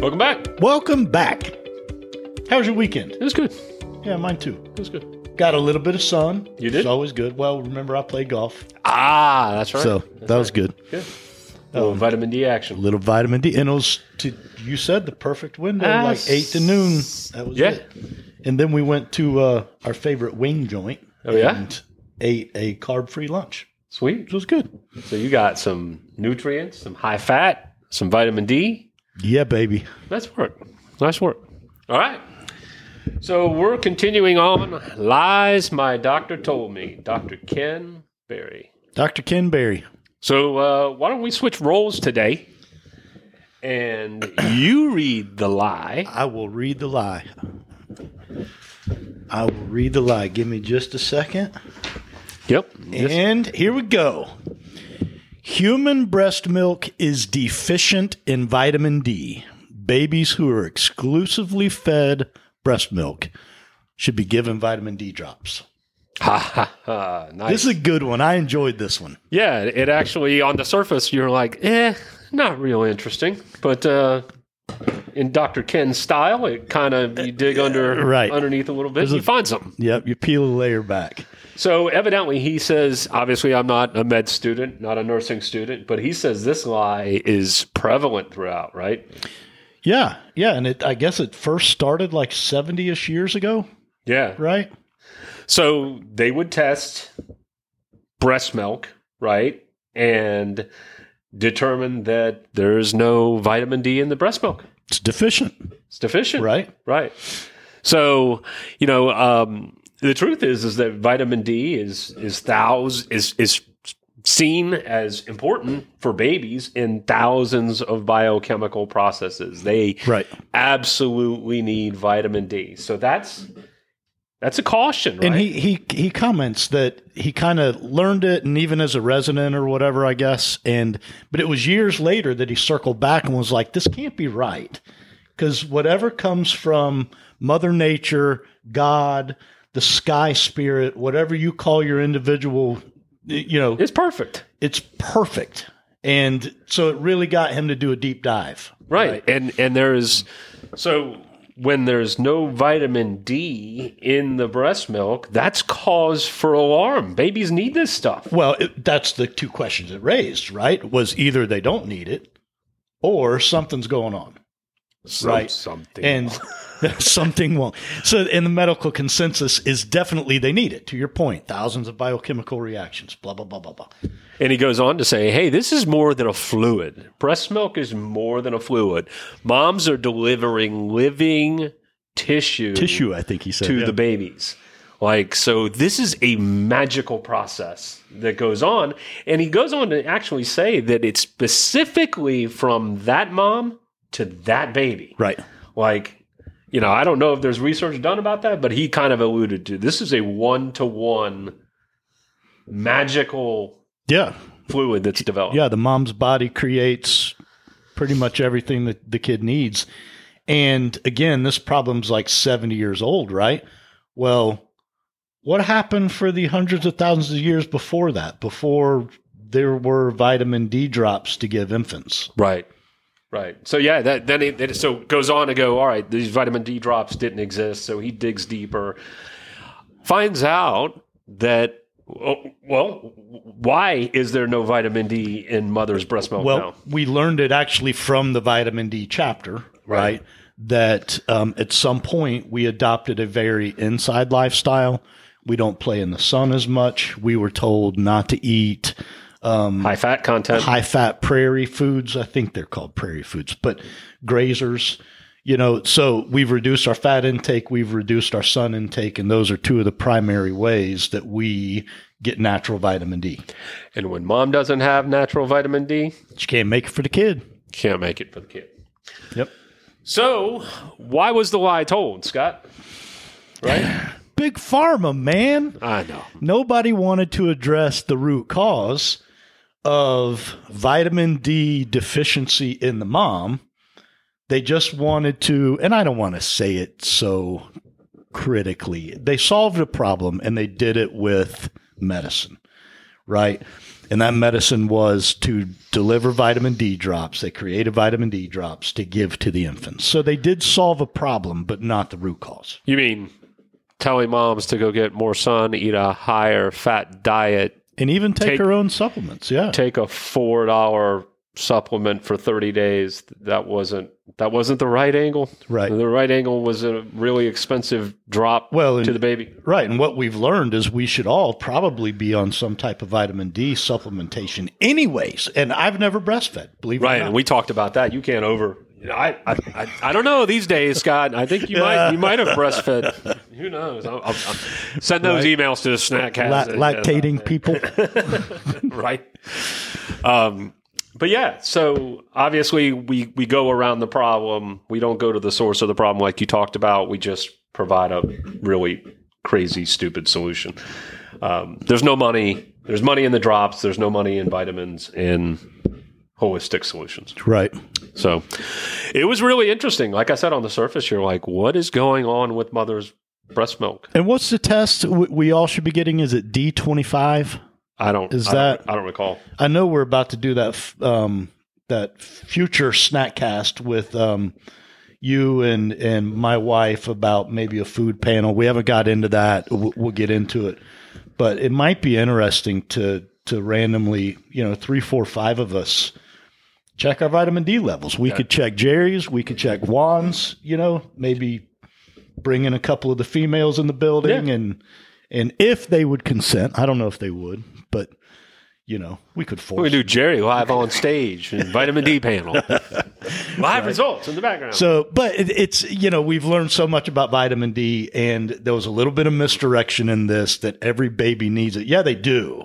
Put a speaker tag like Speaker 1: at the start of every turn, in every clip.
Speaker 1: Welcome back.
Speaker 2: Welcome back. How was your weekend?
Speaker 1: It was good.
Speaker 2: Yeah, mine too.
Speaker 1: It was good.
Speaker 2: Got a little bit of sun.
Speaker 1: You
Speaker 2: which
Speaker 1: did?
Speaker 2: is always good. Well, remember I played golf,
Speaker 1: Ah, that's right.
Speaker 2: so that was good.
Speaker 1: good. Oh, vitamin D action.
Speaker 2: Little vitamin D, and it was. To, you said the perfect window,
Speaker 1: Ah,
Speaker 2: like eight to noon. That was
Speaker 1: yeah.
Speaker 2: it. And then we went to uh, our favorite wing joint.
Speaker 1: Oh, yeah?
Speaker 2: And ate a carb-free lunch,
Speaker 1: Sweet.
Speaker 2: which was good.
Speaker 1: So you got some nutrients, some high fat, some vitamin D.
Speaker 2: Yeah, baby.
Speaker 1: Nice work. Nice work. All right. So we're continuing on. Lies my doctor told me. Dr. Ken Berry.
Speaker 2: Dr. Ken Berry.
Speaker 1: So uh, why don't we switch roles today? And you read the lie.
Speaker 2: I will read the lie. I will read the lie. Give me just a second.
Speaker 1: Yep.
Speaker 2: And here we go. Human breast milk is deficient in vitamin D. Babies who are exclusively fed breast milk should be given vitamin D drops.
Speaker 1: Ha ha ha. Nice.
Speaker 2: This is a good one. I enjoyed this one.
Speaker 1: Yeah, it actually on the surface you're like, eh, not real interesting. But uh, in Dr. Ken's style, it kind of you dig under
Speaker 2: Right.
Speaker 1: underneath a little bit, you find something.
Speaker 2: Yep, you peel a layer back.
Speaker 1: So evidently, he says, obviously, I'm not a med student, not a nursing student, but he says this lie is prevalent throughout, right?
Speaker 2: Yeah, yeah, and it I guess it first started like 70ish years ago,
Speaker 1: Yeah.
Speaker 2: right?
Speaker 1: So they would test breast milk, right, and determine that there's no vitamin D in the breast milk.
Speaker 2: It's deficient,
Speaker 1: It's deficient,
Speaker 2: right?
Speaker 1: Right. So, you know, um, the truth is is that vitamin D is is thous is is seen as important for babies in thousands of biochemical processes. They
Speaker 2: Right.
Speaker 1: absolutely need vitamin D. So that's that's a caution, right?
Speaker 2: And he he he comments that he kind of learned it, and even as a resident or whatever, I guess. And but it was years later that he circled back and was like, "This can't be right," because whatever comes from Mother Nature, God, the Sky Spirit, whatever you call your individual, you know,
Speaker 1: it's perfect.
Speaker 2: it's perfect. And so it really got him to do a deep dive.
Speaker 1: right. and and there is so when there's no vitamin d in the breast milk that's cause for alarm babies need this stuff
Speaker 2: Well, it, that's the two questions it raised, right? Was either they don't need it, or something's going on. Right.
Speaker 1: something
Speaker 2: and something wrong. So, and the medical consensus is definitely they need it. To your point, thousands of biochemical reactions, blah blah blah blah blah.
Speaker 1: And he goes on to say, hey, this is more than a fluid. Breast milk is more than a fluid. Moms are delivering living tissue,
Speaker 2: I think he said.
Speaker 1: to the babies. Like, so this is a magical process that goes on. And he goes on to actually say that it's specifically from that mom to that baby.
Speaker 2: right.
Speaker 1: Like, you know, I don't know if there's research done about that, but he kind of alluded to this is a one to one magical
Speaker 2: Yeah,
Speaker 1: fluid that's developed.
Speaker 2: yeah. The mom's body creates pretty much everything that the kid needs. And again, this problem's like seventy years old, right? Well, what happened for the hundreds of thousands of years before that? Before there were vitamin D drops to give infants.
Speaker 1: Right. Right. So yeah, that then it, it so goes on to go. All right, these vitamin D drops didn't exist. So he digs deeper, finds out that oh, well, why is there no vitamin D in mother's breast milk
Speaker 2: Well,
Speaker 1: now?
Speaker 2: we learned it actually from the vitamin D chapter, right?
Speaker 1: Right.
Speaker 2: That um, at some point we adopted a very inside lifestyle. We don't play in the sun as much. We were told not to eat
Speaker 1: High fat content.
Speaker 2: high fat prairie foods. I think they're called prairie foods, but grazers, you know. So we've reduced our fat intake, we've reduced our sun intake, and those are two of the primary ways that we get natural vitamin D.
Speaker 1: And when mom doesn't have natural vitamin D,
Speaker 2: But you can't make it for the kid.
Speaker 1: can't make it for the kid.
Speaker 2: Yep.
Speaker 1: So why was the lie told, Scott? Right.
Speaker 2: Big pharma, man.
Speaker 1: I know.
Speaker 2: nobody wanted to address the root cause of vitamin D deficiency in the mom. They just wanted to, and I don't want to say it so critically, they solved a problem and they did it with medicine, right? And that medicine was to deliver vitamin D drops. They created vitamin D drops to give to the infants. So they did solve a problem, but not the root cause.
Speaker 1: You mean telling moms to go get more sun, eat a higher fat diet,
Speaker 2: And even take,
Speaker 1: Take-
Speaker 2: her own supplements. Yeah.
Speaker 1: take a four dollar supplement for thirty days? That wasn't that wasn't the right angle.
Speaker 2: Right.
Speaker 1: The right angle was a really expensive drop
Speaker 2: Well,
Speaker 1: to
Speaker 2: and-
Speaker 1: the baby.
Speaker 2: Right. And what we've learned is we should all probably be on some type of vitamin D supplementation, anyways. And I've never breastfed, believe
Speaker 1: Right,
Speaker 2: it or
Speaker 1: and
Speaker 2: not.
Speaker 1: we talked about that. You can't over. I, I, I, I don't know these days, Scott. I think you might you might have breastfed. Who knows? I'm, I'm, I'm- send those emails to the snack
Speaker 2: La-
Speaker 1: house.
Speaker 2: lactating people.
Speaker 1: right? Um, but yeah, so obviously we we go around the problem. We don't go to the source of the problem, like you talked about. We just provide a really crazy, stupid solution. Um, there's no money. There's money in the drops. There's no money in vitamins and holistic solutions.
Speaker 2: right.
Speaker 1: So it was really interesting. Like I said, on the surface, you're like, what is going on with mother's breast milk?
Speaker 2: And what's the test w- we all should be getting? Is it D25?
Speaker 1: I don't.
Speaker 2: Is
Speaker 1: I don't-
Speaker 2: that-
Speaker 1: I don't recall.
Speaker 2: I know we're about to do that f- um, that future snack cast with um, you and and my wife about maybe a food panel. We haven't got into that. We'll, we'll get into it, but it might be interesting to to randomly, you know, three, four, five of us check our vitamin D levels. We could check Jerry's. We could check Juan's. You know, maybe bring in a couple of the females in the building and. And if they would consent, I don't know if they would, but you know, we could force.
Speaker 1: We do Jerry live on stage and vitamin D panel. Live results in the background.
Speaker 2: So, but it, it's, you know, we've learned so much about vitamin D, and there was a little bit of misdirection in this that every baby needs it. Yeah, they do,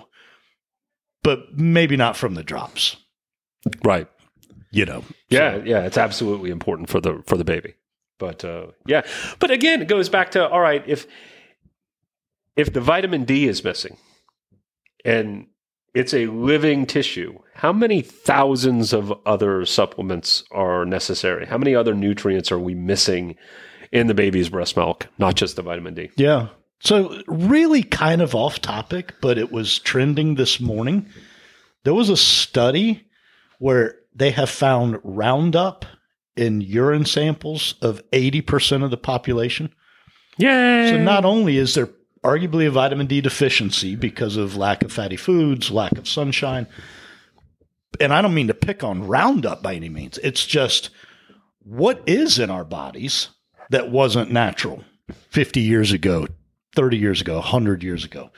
Speaker 2: but maybe not from the drops,
Speaker 1: right.
Speaker 2: you know.
Speaker 1: Yeah, yeah, it's absolutely important for the for the baby. But uh, yeah, but again, it goes back to all right. If if the vitamin D is missing, and it's a living tissue, how many thousands of other supplements are necessary? How many other nutrients are we missing in the baby's breast milk? Not just the vitamin D.
Speaker 2: Yeah. So, really kind of off topic, but it was trending this morning. There was a study where they have found Roundup in urine samples of 80% of the population.
Speaker 1: Yeah.
Speaker 2: So not only is there arguably a vitamin D deficiency because of lack of fatty foods, lack of sunshine, and I don't mean to pick on Roundup by any means. It's just what is in our bodies that wasn't natural 50 years ago, 30 years ago, 100 years ago.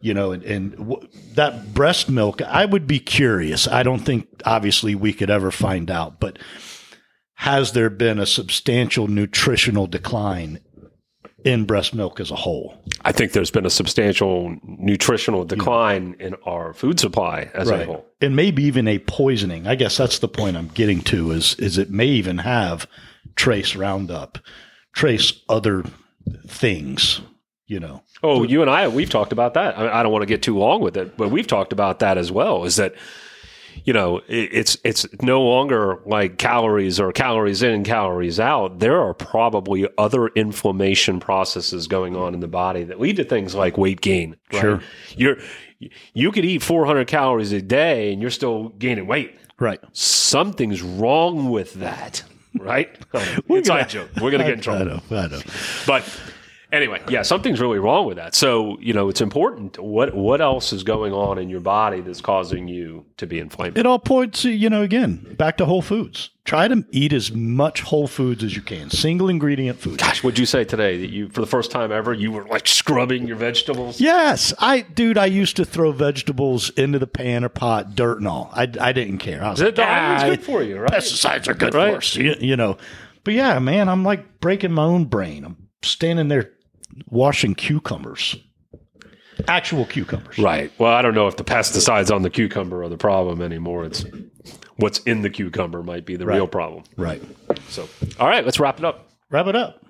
Speaker 2: You know, and, and w- that breast milk, I would be curious. I don't think, obviously, we could ever find out, but has there been a substantial nutritional decline in breast milk as a whole.
Speaker 1: I think there's been a substantial nutritional decline in our food supply as a whole.
Speaker 2: And maybe even a poisoning. I guess that's the point I'm getting to is is it may even have trace roundup, trace other things, you know.
Speaker 1: Oh, you and I, we've talked about that. I, I don't want to get too long with it, but we've talked about that as well. Is that you know it, it's it's no longer like calories or calories in, calories out. There are probably other inflammation processes going on in the body that lead to things like weight gain. Sure, you're you could eat 400 calories a day and you're still gaining weight.
Speaker 2: Right.
Speaker 1: Something's wrong with that, right? Inside joke. We're gonna get in trouble.
Speaker 2: I know. I know.
Speaker 1: But anyway, yeah, something's really wrong with that. So you know, it's important. What what else is going on in your body that's causing you to be inflamed?
Speaker 2: It all points, you know, again, back to whole foods. Try to eat as much whole foods as you can, single ingredient food.
Speaker 1: Gosh, would you say today that you, for the first time ever, you were like scrubbing your vegetables?
Speaker 2: Yes, I dude, I used to throw vegetables into the pan or pot, dirt and all. I, I didn't care. I was
Speaker 1: That-
Speaker 2: like,
Speaker 1: that
Speaker 2: "Ah,
Speaker 1: was good for you, right?
Speaker 2: pesticides are good
Speaker 1: Right.
Speaker 2: for us, you, you know. But yeah, man, I'm like breaking my own brain. I'm standing there washing cucumbers, actual cucumbers.
Speaker 1: Right. Well, I don't know if the pesticides on the cucumber are the problem anymore. It's what's in the cucumber might be the real problem.
Speaker 2: Right.
Speaker 1: So, all right, let's wrap it up.
Speaker 2: Wrap it up.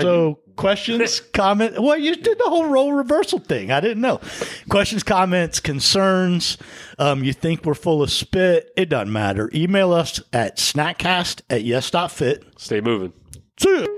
Speaker 2: So, questions, comment. Well, you did the whole role reversal thing. I didn't know. Questions, comments, concerns. Um, you think we're full of spit? It doesn't matter. Email us at snackcast at yes.fit.
Speaker 1: Stay moving.
Speaker 2: See ya.